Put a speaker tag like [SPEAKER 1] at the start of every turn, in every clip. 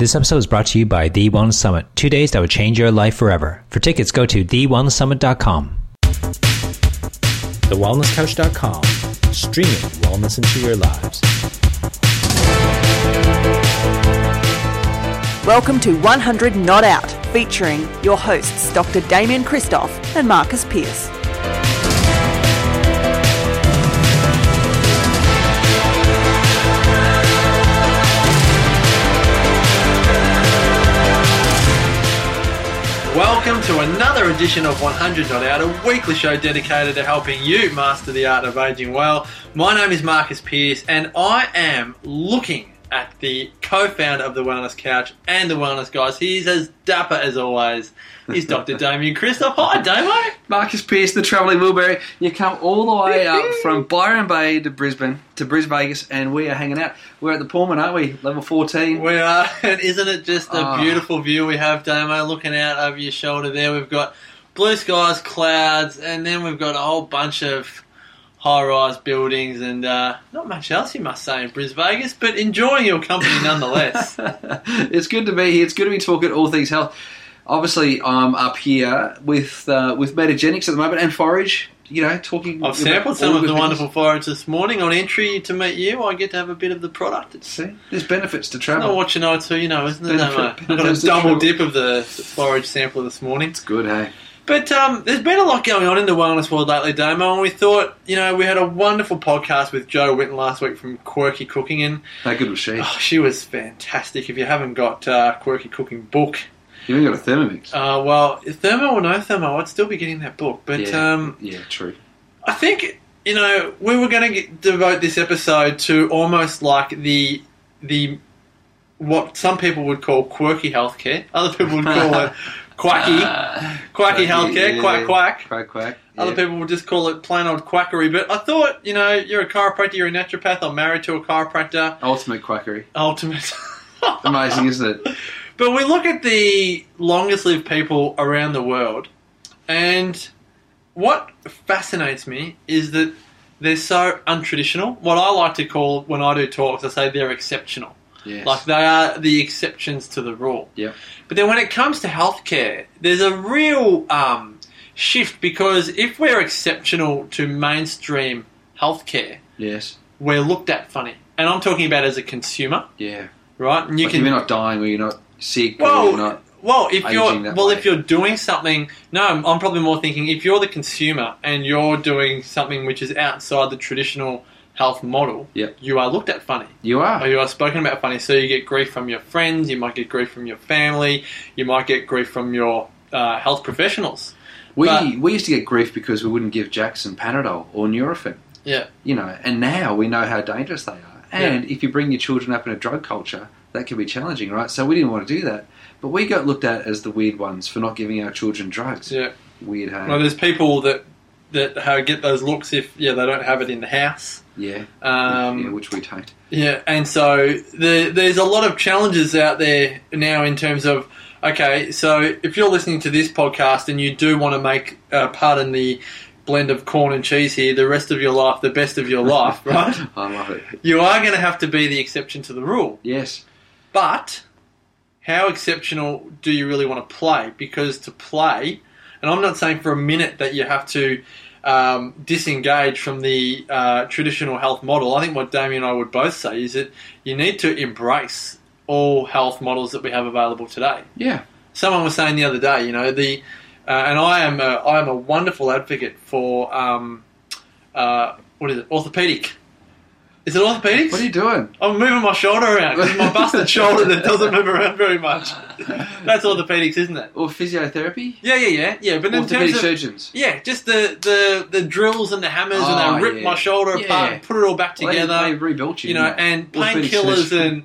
[SPEAKER 1] This episode is brought to you by The Wellness Summit, two days that would change your life forever. For tickets, go to TheWellnessSummit.com. TheWellnessCouch.com, streaming wellness into your lives.
[SPEAKER 2] Welcome to 100 Not Out, featuring your hosts, Dr. Damien Christoph and Marcus Pierce.
[SPEAKER 3] Welcome to another edition of 100 Not Out, a weekly show dedicated to helping you master the art of aging well. My name is Marcus Pierce, and I am looking at the co founder of The Wellness Couch and The Wellness Guys. He's as dapper as always. He's Dr. Damien Christoph. Hi, Damo.
[SPEAKER 4] Marcus Pierce, the travelling Wilbury. You come all the way up from Byron Bay to Brisbane to Bris Vegas, and we are hanging out. We're at the Pullman, aren't we? Level 14.
[SPEAKER 3] We are, and isn't it just a
[SPEAKER 4] Ah.
[SPEAKER 3] beautiful view we have, Damo, looking out over your shoulder there? We've got blue skies, clouds, and then we've got a whole bunch of high rise buildings and uh, not much else, you must say, in Bris Vegas, but enjoying your company nonetheless.
[SPEAKER 4] it's good to be here. It's good to be talking all things health. Obviously, I'm up here with uh, with Metagenics at the moment and Forage. You know, talking.
[SPEAKER 3] I've sampled
[SPEAKER 4] about
[SPEAKER 3] some
[SPEAKER 4] all
[SPEAKER 3] of
[SPEAKER 4] good
[SPEAKER 3] the
[SPEAKER 4] things.
[SPEAKER 3] wonderful forage this morning. On entry to meet you, I get to have a bit of the product. It's
[SPEAKER 4] See, there's benefits to
[SPEAKER 3] not
[SPEAKER 4] travel.
[SPEAKER 3] what you know, it's who you know, isn't it,
[SPEAKER 4] Benefit-
[SPEAKER 3] Damo? I've got
[SPEAKER 4] benefits
[SPEAKER 3] a
[SPEAKER 4] of
[SPEAKER 3] double
[SPEAKER 4] travel.
[SPEAKER 3] dip of the forage sample this morning.
[SPEAKER 4] good, hey.
[SPEAKER 3] But um, there's been a lot going on in the wellness world lately, Damo, and we thought, you know, we had a wonderful podcast with Joe Winton last week from Quirky Cooking, and
[SPEAKER 4] How good was she?
[SPEAKER 3] oh, she was fantastic. If you haven't got uh, Quirky Cooking book,
[SPEAKER 4] You even got a Thermomix.
[SPEAKER 3] uh, well, thermo or no thermo, I'd still be getting that book. But
[SPEAKER 4] yeah,
[SPEAKER 3] um,
[SPEAKER 4] yeah, true.
[SPEAKER 3] I think you know we were going to devote this episode to almost like the the what some people would call quirky healthcare, other people would call it quacky, quacky healthcare,
[SPEAKER 4] yeah,
[SPEAKER 3] quack
[SPEAKER 4] yeah.
[SPEAKER 3] quack.
[SPEAKER 4] Quack, quack.
[SPEAKER 3] Other
[SPEAKER 4] yeah.
[SPEAKER 3] people will just call it plain old quackery, but I thought, you know, you're a chiropractor, you're a naturopath, I'm married to a chiropractor,
[SPEAKER 4] Ultimate quackery.
[SPEAKER 3] ultimate.
[SPEAKER 4] Amazing, isn't it?
[SPEAKER 3] But we look at the longest lived people around the world, and what fascinates me is that they're so untraditional. What I like to call, when I do talks, I say they're exceptional.
[SPEAKER 4] Yes.
[SPEAKER 3] Like they are the exceptions to the rule.
[SPEAKER 4] Yep.
[SPEAKER 3] But then when it comes to healthcare, there's a real um, shift because if we're exceptional to mainstream healthcare,
[SPEAKER 4] Yes.
[SPEAKER 3] we're looked at funny. And I'm talking about as a consumer,
[SPEAKER 4] Yeah.
[SPEAKER 3] right? And you
[SPEAKER 4] Like,
[SPEAKER 3] can
[SPEAKER 4] if you're not dying, or you're not sick, or
[SPEAKER 3] well,
[SPEAKER 4] you're not.
[SPEAKER 3] well, if
[SPEAKER 4] aging
[SPEAKER 3] you're
[SPEAKER 4] that
[SPEAKER 3] well,
[SPEAKER 4] way.
[SPEAKER 3] if you're doing something, no, I'm, I'm probably more thinking if you're the consumer and you're doing something which is outside the traditional health model,
[SPEAKER 4] Yep.
[SPEAKER 3] you are looked at funny
[SPEAKER 4] You
[SPEAKER 3] or
[SPEAKER 4] are.
[SPEAKER 3] Oh, you are spoken about funny. So you get grief from your friends, you might get grief from your family, you might get grief from your uh, health professionals.
[SPEAKER 4] We
[SPEAKER 3] but-
[SPEAKER 4] we used to get grief because we wouldn't give Jackson Panadol or Nurofen.
[SPEAKER 3] Yeah.
[SPEAKER 4] You know, and now we know how dangerous they are. And if you bring your children up in a drug culture, that can be challenging, right? So we didn't want to do that, but we got looked at as the weird ones for not giving our children drugs.
[SPEAKER 3] Yeah.
[SPEAKER 4] Weird, hey?
[SPEAKER 3] Well, there's people that that how get those looks if yeah they don't have it in the house.
[SPEAKER 4] yeah.
[SPEAKER 3] Um,
[SPEAKER 4] yeah, which we don't.
[SPEAKER 3] Yeah, and so the, there's a lot of challenges out there now in terms of okay, so if you're listening to this podcast and you do want to make, uh, pardon the blend of corn and cheese here, the rest of your life, the best of your life, right?
[SPEAKER 4] I love it.
[SPEAKER 3] You are going to have to be the exception to the rule.
[SPEAKER 4] Yes.
[SPEAKER 3] But how exceptional do you really want to play? Because to play, and I'm not saying for a minute that you have to um, disengage from the uh, traditional health model. I think what Damien and I would both say is that you need to embrace all health models that we have available today.
[SPEAKER 4] Yeah.
[SPEAKER 3] Someone was saying the other day, you know, the uh, and I am a, I am a wonderful advocate for um, uh, what is it? Orthopedic. Is it orthopedics?
[SPEAKER 4] What are you doing?
[SPEAKER 3] I'm moving my shoulder around. It's my busted shoulder that doesn't move around very much. That's orthopedics, isn't it?
[SPEAKER 4] Or physiotherapy?
[SPEAKER 3] Yeah, yeah, yeah, yeah. But in terms
[SPEAKER 4] Orthopedic
[SPEAKER 3] of
[SPEAKER 4] surgeons.
[SPEAKER 3] yeah, just the, the, the drills and the hammers,
[SPEAKER 4] Oh,
[SPEAKER 3] and they rip
[SPEAKER 4] yeah.
[SPEAKER 3] my shoulder
[SPEAKER 4] Yeah.
[SPEAKER 3] apart, and put it all back
[SPEAKER 4] Well, they-
[SPEAKER 3] together.
[SPEAKER 4] they rebuilt you.
[SPEAKER 3] you know,
[SPEAKER 4] didn't they?
[SPEAKER 3] and
[SPEAKER 4] Orthopedic
[SPEAKER 3] painkillers
[SPEAKER 4] surgeons.
[SPEAKER 3] and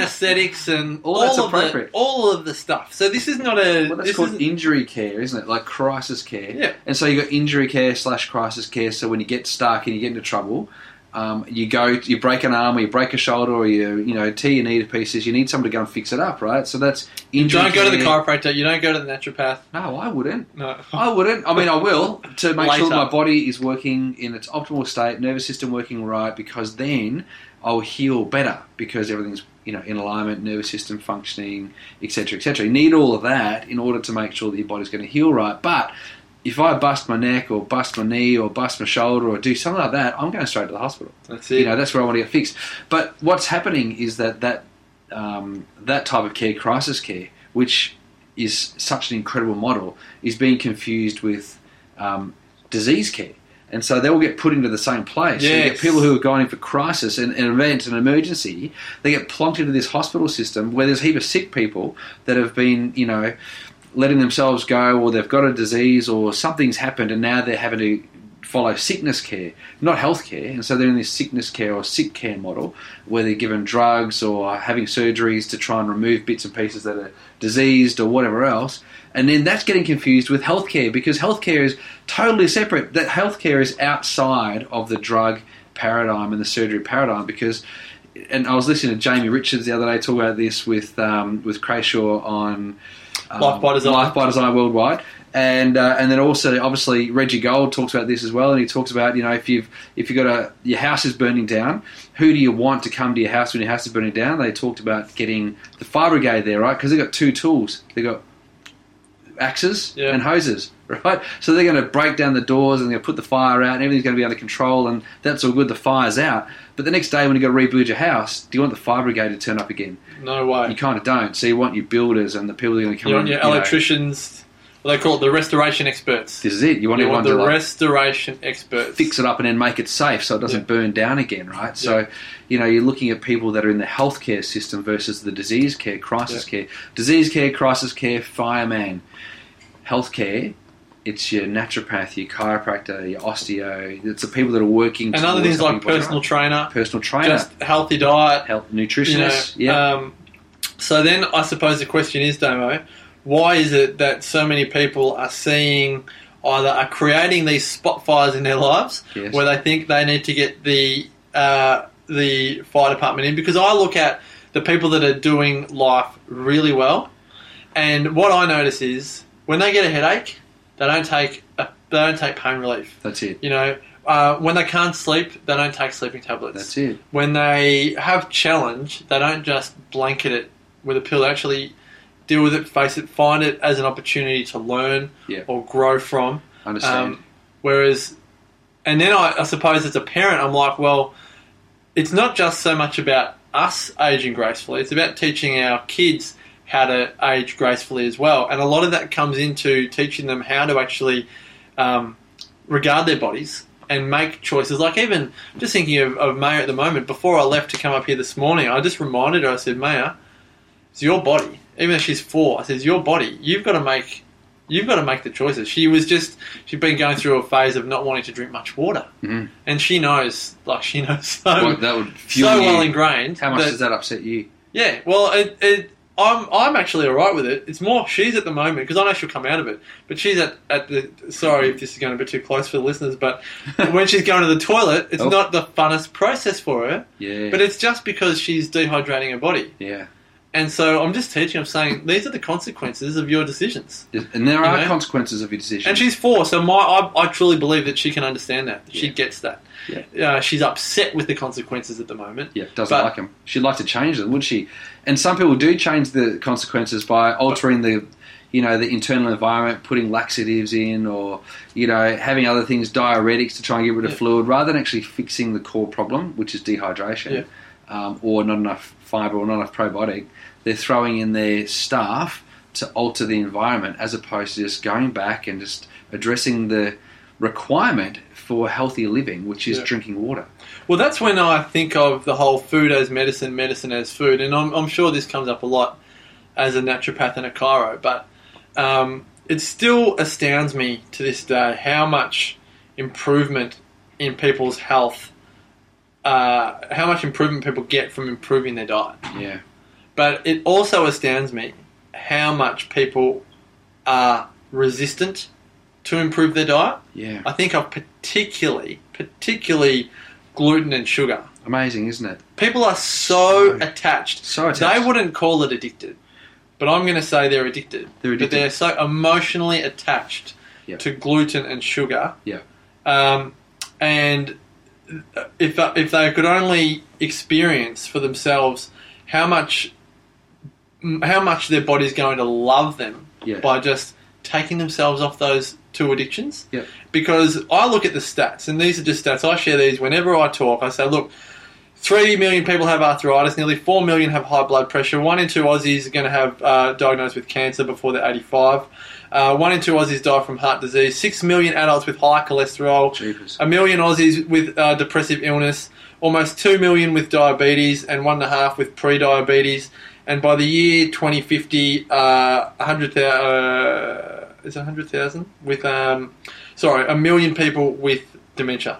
[SPEAKER 3] anesthetics and
[SPEAKER 4] All
[SPEAKER 3] all,
[SPEAKER 4] that's
[SPEAKER 3] of the
[SPEAKER 4] appropriate.
[SPEAKER 3] all of the stuff. So this is not a
[SPEAKER 4] Well, that's
[SPEAKER 3] this
[SPEAKER 4] called
[SPEAKER 3] isn't-
[SPEAKER 4] injury care, isn't it? Like crisis care.
[SPEAKER 3] Yeah.
[SPEAKER 4] And so you got injury care slash crisis care. So when you get stuck and you get into trouble, um, you go, you break an arm or you break a shoulder or you, you know, tear your knee to pieces. You need someone to go and fix it up, right? So that's
[SPEAKER 3] you
[SPEAKER 4] injury.
[SPEAKER 3] don't go to the
[SPEAKER 4] care.
[SPEAKER 3] chiropractor. You don't go to the naturopath.
[SPEAKER 4] No, I wouldn't.
[SPEAKER 3] No.
[SPEAKER 4] I wouldn't. I mean, I will to make sure
[SPEAKER 3] Later.
[SPEAKER 4] that my body is working in its optimal state, nervous system working right, because then I'll heal better because everything's you know in alignment, nervous system functioning, etc., etc. You need all of that in order to make sure that your body's going to heal right. But if I bust my neck or bust my knee or bust my shoulder or do something like that, I'm going straight to the hospital.
[SPEAKER 3] That's it.
[SPEAKER 4] You know, that's where I want to get fixed. But what's happening is that that um, that type of care, crisis care, which is such an incredible model, is being confused with um, disease care. And so they all get put into the same place. So you get
[SPEAKER 3] Yes.
[SPEAKER 4] people who are going in for crisis and, and events and emergency. They get plonked into this hospital system where there's a heap of sick people that have been, you know, letting themselves go or they've got a disease or something's happened and now they're having to follow sickness care, not health care. And so they're in this sickness care or sick care model where they're given drugs or having surgeries to try and remove bits and pieces that are diseased or whatever else. And then that's getting confused with healthcare because healthcare is totally separate. That healthcare is outside of the drug paradigm and the surgery paradigm because and I was listening to Jamie Richards the other day talk about this with um, with Crayshaw on um,
[SPEAKER 3] Life by Design.
[SPEAKER 4] Life by Design worldwide, and uh, and then also obviously Reggie Gold talks about this as well, and he talks about you know if you've if you have got a your house is burning down, who do you want to come to your house when your house is burning down? They talked about getting the fire brigade there, right? Because they have got two tools, they have got axes
[SPEAKER 3] Yeah.
[SPEAKER 4] and hoses, right? So they're going to break down the doors and they're going to put the fire out and everything's going to be under control and that's all good, the fire's out. But the next day when you go to rebuild your house, do you want the fire brigade to turn up again?
[SPEAKER 3] No way.
[SPEAKER 4] You kind of don't. So you want your builders and the people that are going to come
[SPEAKER 3] You
[SPEAKER 4] and,
[SPEAKER 3] want your
[SPEAKER 4] you know,
[SPEAKER 3] electricians, well, they call it the restoration experts.
[SPEAKER 4] this is it. You want
[SPEAKER 3] You
[SPEAKER 4] everyone
[SPEAKER 3] want the
[SPEAKER 4] to like,
[SPEAKER 3] restoration experts.
[SPEAKER 4] fix it up and then make it safe so it doesn't
[SPEAKER 3] Yeah.
[SPEAKER 4] burn down again, right?
[SPEAKER 3] Yeah.
[SPEAKER 4] So, you know, you're looking at people that are in the healthcare system versus the disease care, crisis care. Disease care, crisis care, fireman. Healthcare, it's your naturopath, your chiropractor, your osteo. It's the people that are working
[SPEAKER 3] and other
[SPEAKER 4] towards
[SPEAKER 3] things like
[SPEAKER 4] helping people
[SPEAKER 3] personal
[SPEAKER 4] out.
[SPEAKER 3] trainer,
[SPEAKER 4] personal trainer,
[SPEAKER 3] just healthy diet,
[SPEAKER 4] health
[SPEAKER 3] you know.
[SPEAKER 4] nutritionist. yeah.
[SPEAKER 3] Um, so then I suppose the question is, Damo, why is it that so many people are seeing either are creating these spot fires in their lives
[SPEAKER 4] Yes.
[SPEAKER 3] where they think they need to get the uh, the fire department in? Because I look at the people that are doing life really well, and what I notice is when they get a headache, they don't take a, they don't take pain relief.
[SPEAKER 4] that's it.
[SPEAKER 3] You know, uh, when they can't sleep, they don't take sleeping tablets
[SPEAKER 4] That's it.
[SPEAKER 3] when they have challenge, they don't just blanket it with a pill. They actually deal with it, face it, find it as an opportunity to learn
[SPEAKER 4] Yeah.
[SPEAKER 3] or grow from.
[SPEAKER 4] Understand.
[SPEAKER 3] Um, whereas, and then I, I suppose as a parent, I'm like, well, it's not just so much about us aging gracefully, it's about teaching our kids how to age gracefully as well. And a lot of that comes into teaching them how to actually um, regard their bodies and make choices. Like, even just thinking of, of Maya at the moment, before I left to come up here this morning, I just reminded her, I said, Maya, it's your body. Even though she's four, I said, it's your body. You've got to make. You've got to make the choices. She was just, she'd been going through a phase of not wanting to drink much water.
[SPEAKER 4] Mhm.
[SPEAKER 3] And she knows, like, she knows so
[SPEAKER 4] Well, that would fuel
[SPEAKER 3] so
[SPEAKER 4] you.
[SPEAKER 3] well ingrained.
[SPEAKER 4] How much
[SPEAKER 3] that-
[SPEAKER 4] does that upset you?
[SPEAKER 3] Yeah, well, it, it, I'm I'm actually all right with it. It's more she's at the moment because I know she'll come out of it, but she's at, at the. Sorry if this is going a bit too close for the listeners, but when she's going to the toilet, it's
[SPEAKER 4] Oh.
[SPEAKER 3] not the funnest process for her.
[SPEAKER 4] Yeah.
[SPEAKER 3] But it's just because she's dehydrating her body,
[SPEAKER 4] yeah.
[SPEAKER 3] and so I'm just teaching. I'm saying these are the consequences of your decisions.
[SPEAKER 4] And there are
[SPEAKER 3] know?
[SPEAKER 4] consequences of your decisions.
[SPEAKER 3] And she's four, so my I, I truly believe that she can understand that. She
[SPEAKER 4] Yeah.
[SPEAKER 3] gets that. Uh, she's upset with the consequences at the moment.
[SPEAKER 4] Yeah, doesn't
[SPEAKER 3] But-
[SPEAKER 4] like them. She'd like to change them, would she? And some people do change the consequences by altering the, you know, the internal environment, putting laxatives in, or you know, having other things, diuretics to try and get rid of
[SPEAKER 3] Yeah.
[SPEAKER 4] fluid, rather than actually fixing the core problem, which is dehydration,
[SPEAKER 3] Yeah.
[SPEAKER 4] um, or not enough fibre or not enough probiotic. They're throwing in their staff to alter the environment, as opposed to just going back and just addressing the requirement for healthy living, which is
[SPEAKER 3] Yeah.
[SPEAKER 4] drinking water.
[SPEAKER 3] Well, that's when I think of the whole food as medicine, medicine as food, and I'm, I'm sure this comes up a lot as a naturopath and a chiro, but um, it still astounds me to this day how much improvement in people's health, uh, how much improvement people get from improving their diet.
[SPEAKER 4] Yeah.
[SPEAKER 3] But it also astounds me how much people are resistant to improve their diet.
[SPEAKER 4] Yeah.
[SPEAKER 3] I think of particularly, particularly gluten and sugar.
[SPEAKER 4] Amazing, isn't it?
[SPEAKER 3] People are so
[SPEAKER 4] So-
[SPEAKER 3] attached.
[SPEAKER 4] so attached.
[SPEAKER 3] They wouldn't call it addicted, but I'm going to say they're addicted.
[SPEAKER 4] They're
[SPEAKER 3] But
[SPEAKER 4] addicted.
[SPEAKER 3] they're so emotionally attached
[SPEAKER 4] Yeah.
[SPEAKER 3] to gluten and sugar.
[SPEAKER 4] Yeah.
[SPEAKER 3] Um, and if if they could only experience for themselves how much how much their body's going to love them
[SPEAKER 4] Yeah.
[SPEAKER 3] by just taking themselves off those two addictions.
[SPEAKER 4] Yep.
[SPEAKER 3] Because I look at the stats, and these are just stats. I share these whenever I talk. I say, look, 3 million people have arthritis, nearly 4 million have high blood pressure, 1 in 2 Aussies are going to have uh, diagnosed with cancer before they're 85. Uh, one in two Aussies die from heart disease. Six million adults with high cholesterol.
[SPEAKER 4] Jeepers.
[SPEAKER 3] A million Aussies with uh, depressive illness. Almost two million with diabetes, and one and a half with pre-diabetes. And by the year 2050, uh, 100,000 uh, is it 100,000 with um, sorry, a million people with dementia.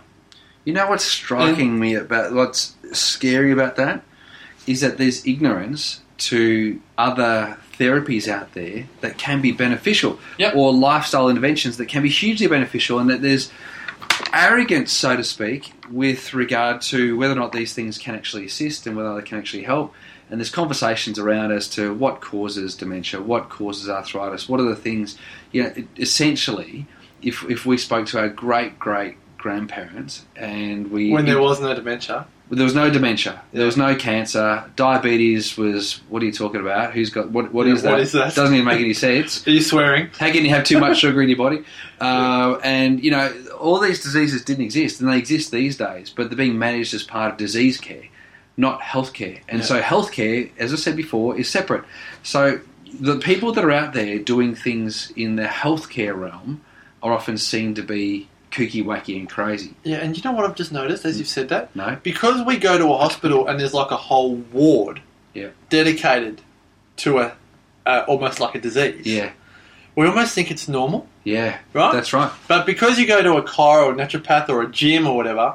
[SPEAKER 4] You know what's striking me about what's scary about that is that there's ignorance to other therapies out there that can be beneficial
[SPEAKER 3] Yep.
[SPEAKER 4] or lifestyle interventions that can be hugely beneficial and that there's arrogance so to speak with regard to whether or not these things can actually assist and whether they can actually help and there's conversations around as to what causes dementia what causes arthritis what are the things you know e-, essentially if, if we spoke to our great great grandparents and we
[SPEAKER 3] When there was no dementia,
[SPEAKER 4] there was no dementia. There was no cancer. Diabetes was. What are you talking about? Who's got what? What
[SPEAKER 3] Yeah,
[SPEAKER 4] is that?
[SPEAKER 3] what is that?
[SPEAKER 4] Doesn't even make any sense.
[SPEAKER 3] are you swearing?
[SPEAKER 4] How can you have too much sugar in your body? Uh, and you know, all these diseases didn't exist, and they exist these days, but they're being managed as part of disease care, not healthcare. And
[SPEAKER 3] Yeah.
[SPEAKER 4] so, healthcare, as I said before, is separate. So, the people that are out there doing things in the healthcare realm are often seen to be kooky, wacky, and crazy.
[SPEAKER 3] Yeah, and you know what I've just noticed as you've said that?
[SPEAKER 4] No.
[SPEAKER 3] Because we go to a hospital and there's like a whole ward
[SPEAKER 4] Yeah.
[SPEAKER 3] dedicated to a uh, almost like a disease.
[SPEAKER 4] Yeah.
[SPEAKER 3] We almost think it's normal,
[SPEAKER 4] Yeah.
[SPEAKER 3] right?
[SPEAKER 4] That's right.
[SPEAKER 3] but because you go to a car or a naturopath or a gym or whatever,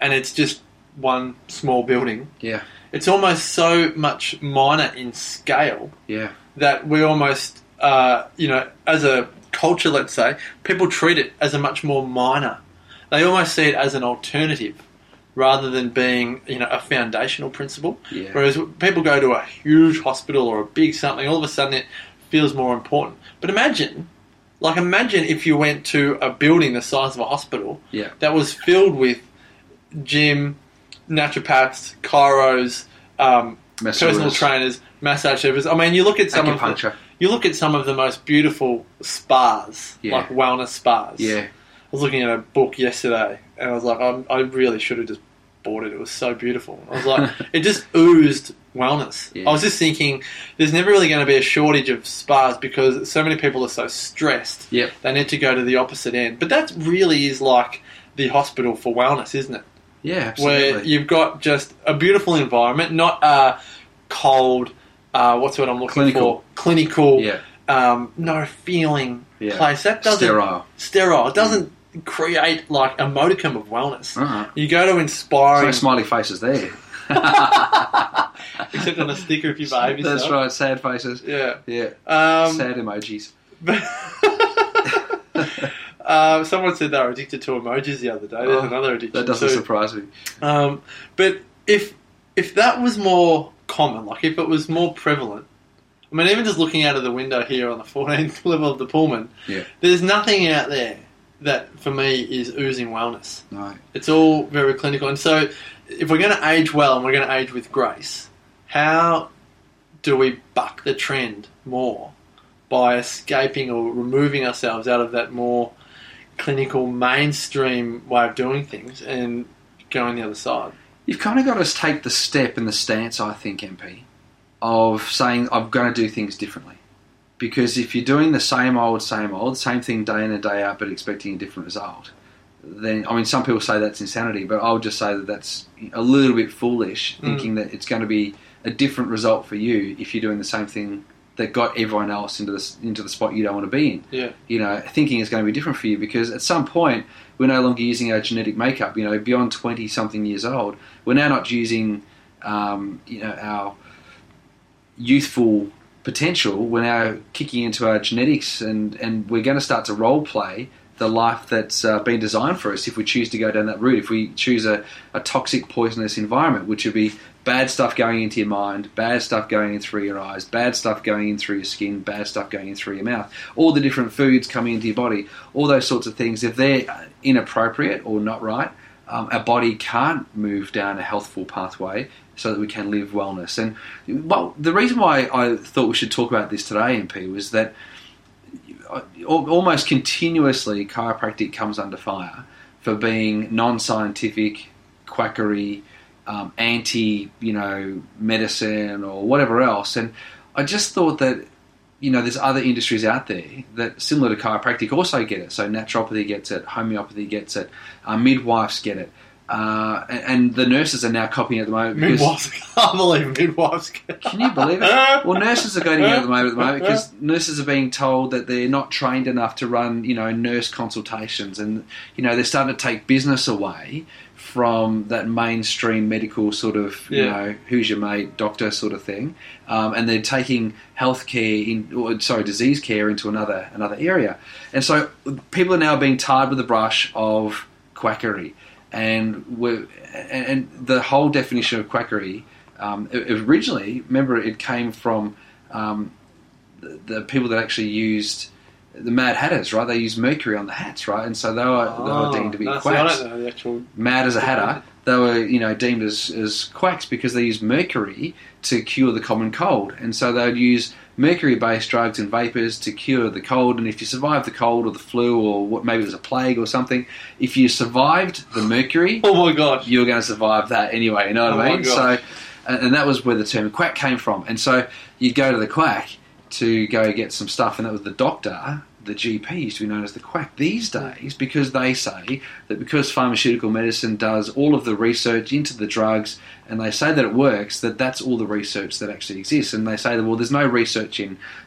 [SPEAKER 3] and it's just one small building,
[SPEAKER 4] Yeah.
[SPEAKER 3] it's almost so much minor in scale
[SPEAKER 4] Yeah.
[SPEAKER 3] that we almost, uh, you know, as a culture, let's say, people treat it as a much more minor. They almost see it as an alternative rather than being, you know, a foundational principle.
[SPEAKER 4] Yeah.
[SPEAKER 3] Whereas people go to a huge hospital or a big something, all of a sudden it feels more important. But imagine, like, imagine if you went to a building the size of a hospital
[SPEAKER 4] Yeah.
[SPEAKER 3] that was filled with gym, naturopaths, chiros, um,
[SPEAKER 4] Masseurs.
[SPEAKER 3] personal trainers, massage therapists. I mean, you look at some of the,
[SPEAKER 4] Acupuncture.
[SPEAKER 3] you look at some of the most beautiful spas,
[SPEAKER 4] Yeah.
[SPEAKER 3] like wellness spas.
[SPEAKER 4] Yeah.
[SPEAKER 3] I was looking at a book yesterday, and I was like, I'm, I really should have just bought it. It was so beautiful. I was like, it just oozed wellness.
[SPEAKER 4] Yeah.
[SPEAKER 3] I was just thinking, there's never really going to be a shortage of spas because so many people are so stressed.
[SPEAKER 4] Yep.
[SPEAKER 3] They need to go to the opposite end, but that really is like the hospital for wellness, isn't it?
[SPEAKER 4] Yeah,
[SPEAKER 3] where
[SPEAKER 4] absolutely.
[SPEAKER 3] you've got just a beautiful environment, not a cold, uh, what's what I'm looking
[SPEAKER 4] Clinical.
[SPEAKER 3] for, clinical,
[SPEAKER 4] Yeah.
[SPEAKER 3] um, no feeling
[SPEAKER 4] Yeah.
[SPEAKER 3] place. That doesn't
[SPEAKER 4] Sterile. Mm.
[SPEAKER 3] sterile. It doesn't create like a modicum of wellness.
[SPEAKER 4] Uh-huh.
[SPEAKER 3] You go to
[SPEAKER 4] There's
[SPEAKER 3] inspiring,
[SPEAKER 4] no smiley faces there.
[SPEAKER 3] except on a sticker if you behave yourself.
[SPEAKER 4] That's right, sad faces.
[SPEAKER 3] Yeah.
[SPEAKER 4] Yeah,
[SPEAKER 3] Um,
[SPEAKER 4] sad emojis.
[SPEAKER 3] uh, someone said they were addicted to emojis the other day. There's
[SPEAKER 4] Oh,
[SPEAKER 3] another addiction.
[SPEAKER 4] That doesn't
[SPEAKER 3] too.
[SPEAKER 4] surprise me.
[SPEAKER 3] Um, but if if that was more common, like if it was more prevalent, I mean, even just looking out of the window here on the 14th level of the Pullman,
[SPEAKER 4] Yeah.
[SPEAKER 3] there's nothing out there that for me is oozing wellness.
[SPEAKER 4] No.
[SPEAKER 3] It's all very clinical, and so if we're going to age well and we're going to age with grace, how do we buck the trend more by escaping or removing ourselves out of that more clinical mainstream way of doing things and going the other side?
[SPEAKER 4] You've kind of got to take the step and the stance, I think, MP, of saying, I'm going to do things differently. Because if you're doing the same old, same old, same thing day in and day out, but expecting a different result, then, I mean, some people say that's insanity, but I would just say that that's a little bit foolish, thinking that it's going to be a different result for you if you're doing the same thing that got everyone else into the, into the spot you don't want to be in
[SPEAKER 3] Yeah,
[SPEAKER 4] you know, thinking is going to be different for you because at some point we're no longer using our genetic makeup. You know, beyond twenty something years old, we're now not using, um, you know, our youthful potential. We're now kicking into our genetics, and and we're going to start to role play the life that's uh, been designed for us if we choose to go down that route. If we choose a, a toxic, poisonous environment, which would be bad stuff going into your mind, bad stuff going in through your eyes, bad stuff going in through your skin, bad stuff going in through your mouth, all the different foods coming into your body, all those sorts of things, if they're uh, inappropriate or not right, um, our body can't move down a healthful pathway so that we can live wellness. And well, the reason why I thought we should talk about this today, MP, was that al- almost continuously chiropractic comes under fire for being non-scientific, quackery, um, anti, you know, medicine or whatever else. And I just thought that you know, there's other industries out there that, similar to chiropractic, also get it. So naturopathy gets it, homeopathy gets it, uh, midwives get it, uh, and, and the nurses are now copying it at the moment. because-
[SPEAKER 3] Midwives, I can't believe midwives.
[SPEAKER 4] Can you believe it? Well, nurses are going to get it at the moment, at the moment because nurses are being told that they're not trained enough to run, you know, nurse consultations, and you know they're starting to take business away from that mainstream medical sort of, you
[SPEAKER 3] Yeah.
[SPEAKER 4] know, who's your mate doctor sort of thing, um, and they're taking healthcare in, or, sorry, disease care into another another area, and so people are now being tarred with the brush of quackery, and we're, and and the whole definition of quackery um, o- originally, remember, it came from um, the, the people that actually used the Mad Hatters, right? They used mercury on the hats, right? And so they were, they were deemed to be
[SPEAKER 3] no, see, Oh, I
[SPEAKER 4] quacks.
[SPEAKER 3] don't know the actual.
[SPEAKER 4] Mad as a Hatter, they were, you know, deemed as, as quacks because they used mercury to cure the common cold. And so they would use mercury-based drugs and vapors to cure the cold. And if you survived the cold or the flu or what, maybe there's a plague or something, if you survived the mercury
[SPEAKER 3] Oh my gosh.
[SPEAKER 4] you were going to survive that anyway. You know what
[SPEAKER 3] Oh my
[SPEAKER 4] I mean? So,
[SPEAKER 3] gosh.
[SPEAKER 4] and and that was where the term quack came from. And so you'd go to the quack to go get some stuff, and that was the doctor, the GP used to be known as the quack these days because they say that because pharmaceutical medicine does all of the research into the drugs and they say that it works, that that's all the research that actually exists. And they say that, well, there's no research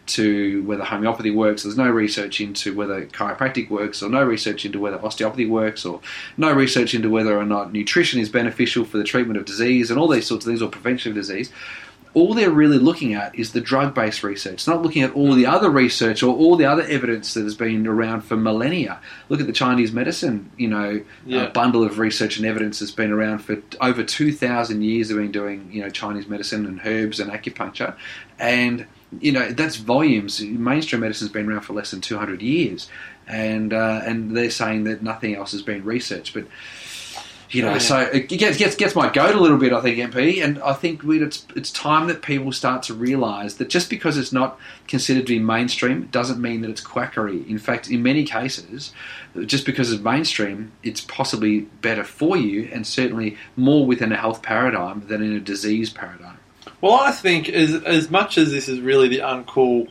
[SPEAKER 4] into whether homeopathy works, there's no research into whether chiropractic works, or no research into whether osteopathy works, or no research into whether or not nutrition is beneficial for the treatment of disease and all these sorts of things, or prevention of disease. All they're really looking at is the drug based research, It's not looking at all the other research or all the other evidence that has been around for millennia. Look at the Chinese medicine, you know,
[SPEAKER 3] Yeah.
[SPEAKER 4] uh, bundle of research and evidence that's been around for over 2,000 years. They've been doing, you know, Chinese medicine and herbs and acupuncture. And, you know, that's volumes. Mainstream medicine's been around for less than 200 years. And, uh, and they're saying that nothing else has been researched. But you know,
[SPEAKER 3] Yeah.
[SPEAKER 4] so it gets, gets gets my goat a little bit, I think, MP, and I think we, it's it's time that people start to realise that just because it's not considered to be mainstream doesn't mean that it's quackery. In fact, in many cases, just because it's mainstream, it's possibly better for you, and certainly more within a health paradigm than in a disease paradigm.
[SPEAKER 3] Well, I think as as much as this is really the uncool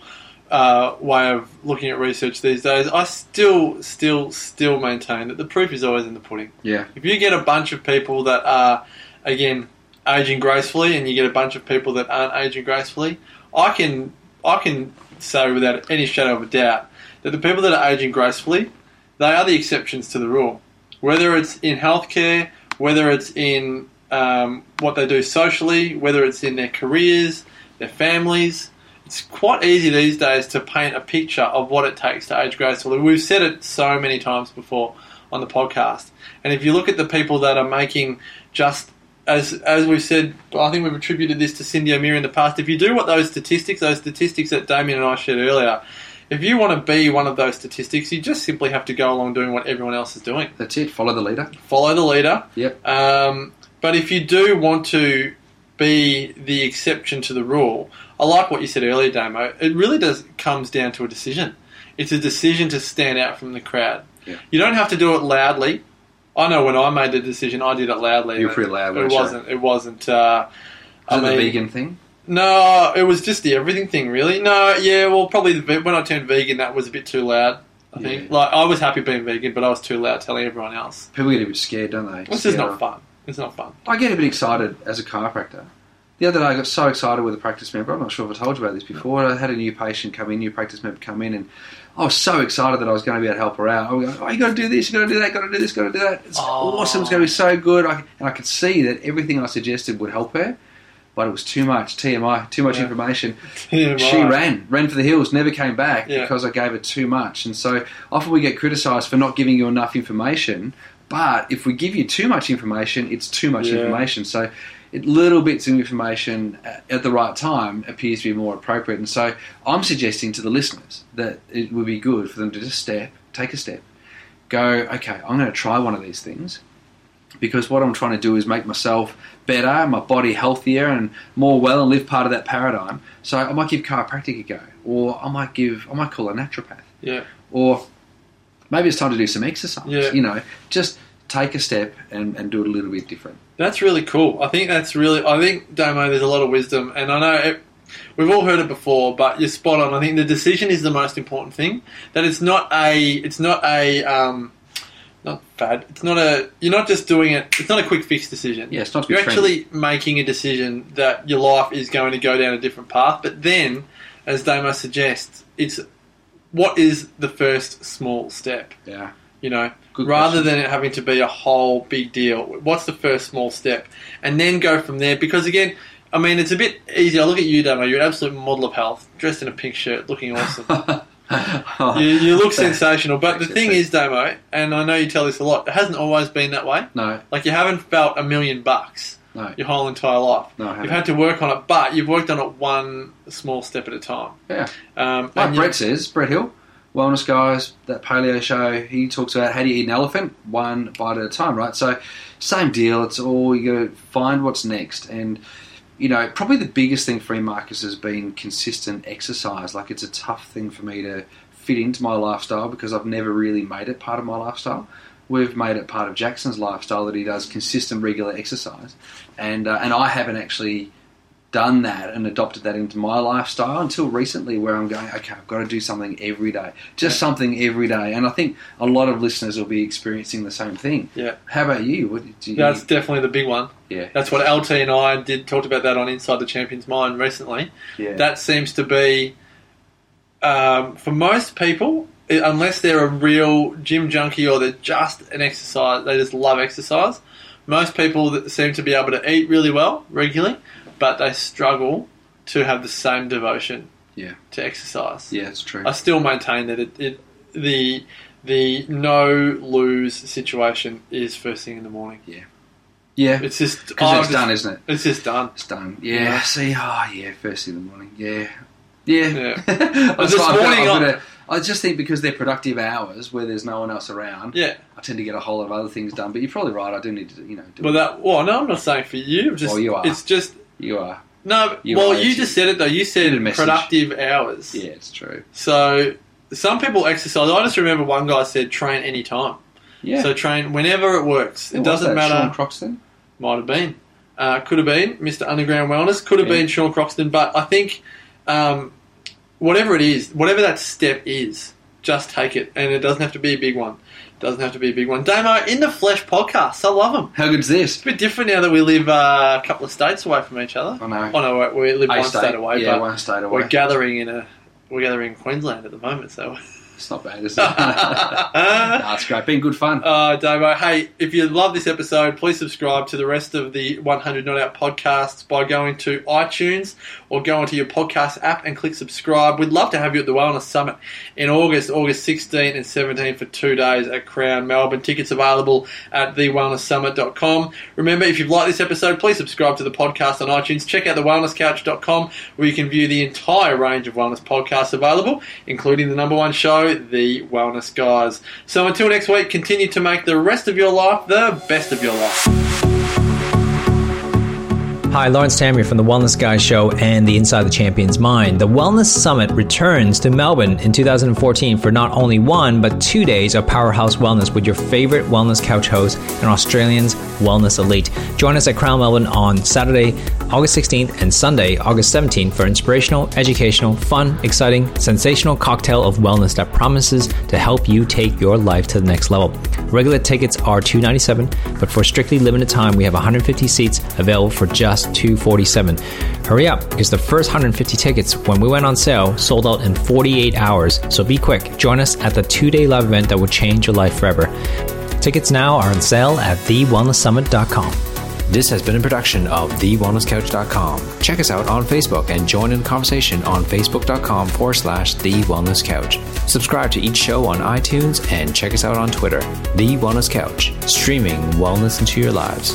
[SPEAKER 3] uh, way of looking at research these days, I still, still, still maintain that the proof is always in the pudding.
[SPEAKER 4] Yeah,
[SPEAKER 3] If you get a bunch of people that are, again, aging gracefully, and you get a bunch of people that aren't aging gracefully, I can I can say without any shadow of a doubt that the people that are aging gracefully, they are the exceptions to the rule. Whether it's in healthcare, whether it's in um, what they do socially, whether it's in their careers, their families. It's quite easy these days to paint a picture of what it takes to age gracefully. We've said it so many times before on the podcast. And if you look at the people that are making just as as we've said, I think we've attributed this to Cindy O'Meara in the past. If you do what those statistics, those statistics that Damien and I shared earlier, if you want to be one of those statistics, you just simply have to go along doing what everyone else is doing.
[SPEAKER 4] that's it. Follow the leader.
[SPEAKER 3] Follow the leader.
[SPEAKER 4] Yep.
[SPEAKER 3] Um, but if you do want to be the exception to the rule, I like what you said earlier, Damo. It really does comes down to a decision. It's a decision to stand out from the crowd.
[SPEAKER 4] Yeah.
[SPEAKER 3] You don't have to do it loudly. I know when I made the decision, I did it loudly.
[SPEAKER 4] You were pretty loud,
[SPEAKER 3] It
[SPEAKER 4] weren't you?
[SPEAKER 3] wasn't. It wasn't. Uh,
[SPEAKER 4] Is
[SPEAKER 3] I
[SPEAKER 4] that
[SPEAKER 3] mean,
[SPEAKER 4] the vegan thing?
[SPEAKER 3] no, it was just the everything thing, really. No, yeah, well, probably the, ve- when I turned vegan, that was a bit too loud. I think.
[SPEAKER 4] Yeah.
[SPEAKER 3] Like I was happy being vegan, but I was too loud telling everyone else.
[SPEAKER 4] People get a bit scared, don't they?
[SPEAKER 3] It's just
[SPEAKER 4] Scared
[SPEAKER 3] not
[SPEAKER 4] of-
[SPEAKER 3] fun. It's not fun.
[SPEAKER 4] I get a bit excited as a chiropractor. The other day, I got so excited with a practice member. I'm not sure if I told you about this before. I had a new patient come in, new practice member come in, and I was so excited that I was going to be able to help her out. I was going, "Oh, you got to do this, you got to do that, got to do this, got to do that. It's
[SPEAKER 3] Oh.
[SPEAKER 4] awesome. It's going to be so good." I, and I could see that everything I suggested would help her, but it was too much TMI, too much
[SPEAKER 3] Yeah.
[SPEAKER 4] information.
[SPEAKER 3] Yeah,
[SPEAKER 4] She
[SPEAKER 3] right.
[SPEAKER 4] ran, ran for the hills, never came back
[SPEAKER 3] Yeah.
[SPEAKER 4] because I gave her too much. And so often we get criticised for not giving you enough information. But if we give you too much information, it's too much
[SPEAKER 3] Yeah.
[SPEAKER 4] information. So it, little bits of information at, at the right time appears to be more appropriate. And so I'm suggesting to the listeners that it would be good for them to just step, take a step, go, okay, I'm going to try one of these things. because what I'm trying to do is make myself better, my body healthier and more well, and live part of that paradigm. So I might give chiropractic a go, or I might give, I might call a naturopath,
[SPEAKER 3] Yeah.
[SPEAKER 4] or maybe it's time to do some exercise.
[SPEAKER 3] Yeah.
[SPEAKER 4] You know, just take a step and, and do it a little bit different.
[SPEAKER 3] That's really cool. I think that's really. I think Damo, there's a lot of wisdom, and I know it, we've all heard it before, but you're spot on. I think the decision is the most important thing. That it's not a. It's not a. Um, not bad. It's not a. You're not just doing it. It's not a quick fix decision.
[SPEAKER 4] Yeah, it's not a
[SPEAKER 3] You're
[SPEAKER 4] quick trend.
[SPEAKER 3] actually making a decision that your life is going to go down a different path. But then, as Damo suggests, it's what is the first small step
[SPEAKER 4] Yeah.
[SPEAKER 3] you know,
[SPEAKER 4] Good
[SPEAKER 3] rather
[SPEAKER 4] question.
[SPEAKER 3] than it having to be a whole big deal. What's the first small step, and then go from there? Because again, I mean, it's a bit easy. I look at you, Damo. You're an absolute model of health, dressed in a pink shirt, looking awesome. you, you look sensational. But the
[SPEAKER 4] Thanks,
[SPEAKER 3] thing
[SPEAKER 4] thanks.
[SPEAKER 3] is, Damo, and I know you tell this a lot. It hasn't always been that way.
[SPEAKER 4] No,
[SPEAKER 3] Like you haven't felt a million bucks
[SPEAKER 4] no.
[SPEAKER 3] your whole entire life.
[SPEAKER 4] No, I haven't.
[SPEAKER 3] you've had to work on it, but you've worked on it one small step at a time.
[SPEAKER 4] Yeah.
[SPEAKER 3] Um,
[SPEAKER 4] Like
[SPEAKER 3] and you-
[SPEAKER 4] Brett says, Brett Hill, Wellness Guys, that paleo show, he talks about how do you eat an elephant? One bite at a time, right? So, same deal. It's all you got to find what's next. And, you know, probably the biggest thing for me, Marcus, has been consistent exercise. Like, it's a tough thing for me to fit into my lifestyle because I've never really made it part of my lifestyle. We've made it part of Jackson's lifestyle that he does consistent, regular exercise. And, uh, and I haven't actually done that and adopted that into my lifestyle until recently where I'm going, okay, I've got to do something every day. Just something every day. And I think a lot of listeners will be experiencing the same thing.
[SPEAKER 3] Yeah.
[SPEAKER 4] How about you? What do you
[SPEAKER 3] That's definitely the big one.
[SPEAKER 4] yeah.
[SPEAKER 3] That's what LT and I did talked about that on Inside the Champions Mind recently.
[SPEAKER 4] yeah.
[SPEAKER 3] That seems to be um, for most people, i- unless they're a real gym junkie or they're just an exercise, they just love exercise. Most people that seem to be able to eat really well regularly, but they struggle to have the same devotion
[SPEAKER 4] Yeah.
[SPEAKER 3] to exercise.
[SPEAKER 4] yeah, it's true.
[SPEAKER 3] I still maintain that it, it the the no lose situation is first thing in the morning.
[SPEAKER 4] yeah.
[SPEAKER 3] It's just
[SPEAKER 4] Because
[SPEAKER 3] I've
[SPEAKER 4] it's
[SPEAKER 3] just-
[SPEAKER 4] done, isn't it?
[SPEAKER 3] It's just done.
[SPEAKER 4] It's done. Yeah.
[SPEAKER 3] Yeah.
[SPEAKER 4] See, oh, yeah, first thing in the morning. Yeah. Yeah.
[SPEAKER 3] Yeah.
[SPEAKER 4] I
[SPEAKER 3] But
[SPEAKER 4] was
[SPEAKER 3] this
[SPEAKER 4] like, I've got-
[SPEAKER 3] morning
[SPEAKER 4] I've
[SPEAKER 3] I-
[SPEAKER 4] got to- I just think because they're productive hours where there's no one else around,
[SPEAKER 3] Yeah.
[SPEAKER 4] I tend to get a whole lot of other things done. But you're probably right. I do need to, you know, do
[SPEAKER 3] Well,
[SPEAKER 4] it.
[SPEAKER 3] that. Well, no, I'm not saying for you. I'm Just,
[SPEAKER 4] Oh, you are.
[SPEAKER 3] It's just
[SPEAKER 4] You are.
[SPEAKER 3] no.
[SPEAKER 4] You
[SPEAKER 3] well,
[SPEAKER 4] are,
[SPEAKER 3] you
[SPEAKER 4] it's-
[SPEAKER 3] just said it though. You said
[SPEAKER 4] Did a message.
[SPEAKER 3] productive hours.
[SPEAKER 4] Yeah, it's true.
[SPEAKER 3] So some people exercise. I just remember one guy said train any time.
[SPEAKER 4] Yeah.
[SPEAKER 3] So train whenever it works. It doesn't
[SPEAKER 4] Sean
[SPEAKER 3] matter.
[SPEAKER 4] Croxton.
[SPEAKER 3] Might have been. Uh, could have been Mr. Underground Wellness. Could have
[SPEAKER 4] Yeah.
[SPEAKER 3] been Sean Croxton. But I think um, whatever it is, whatever that step is, just take it, and it doesn't have to be a big one. Doesn't have to be a big one. Damo in the flesh podcast. I love them.
[SPEAKER 4] How good's this?
[SPEAKER 3] It's a bit different now that we live uh, a couple of states away from each other.
[SPEAKER 4] I know.
[SPEAKER 3] Oh no, we we live
[SPEAKER 4] A
[SPEAKER 3] one state, away,
[SPEAKER 4] Yeah,
[SPEAKER 3] but
[SPEAKER 4] one state away.
[SPEAKER 3] we're gathering in a we're gathering in Queensland at the moment. So,
[SPEAKER 4] it's not bad, is it? no, it's great. Been good fun.
[SPEAKER 3] uh, Damo, hey, if you love this episode, please subscribe to the rest of the 100 Not Out podcasts by going to iTunes or go onto your podcast app and click subscribe. We'd love to have you at the Wellness Summit in August, August 16 and 17 for two days at Crown Melbourne. Tickets available at thewellnesssummit.com. Remember, if you've liked this episode, please subscribe to the podcast on iTunes. Check out thewellnesscouch.com where you can view the entire range of wellness podcasts available, including the number one show, The Wellness Guys. So until next week, continue to make the rest of your life the best of your life.
[SPEAKER 1] Hi, Lawrence Tam here from The Wellness Guy Show and the Inside the Champion's Mind. The Wellness Summit returns to Melbourne in 2014 for not only one, but two days of powerhouse wellness with your favorite wellness couch host and Australians wellness elite. Join us at Crown Melbourne on Saturday, August 16th and Sunday, August 17th for inspirational, educational, fun, exciting, sensational cocktail of wellness that promises to help you take your life to the next level. Regular tickets are 297, but for strictly limited time, we have 150 seats available for just 247. Hurry up, because the first 150 tickets when we went on sale sold out in 48 hours. So be quick. Join us at the two-day live event that will change your life forever. Tickets now are on sale at thewellnesssummit.com. This has been a production of TheWellnessCouch.com. Check us out on Facebook and join in the conversation on Facebook.com forward slash The Wellness Couch. Subscribe to each show on iTunes and check us out on Twitter. The Wellness Couch, streaming wellness into your lives.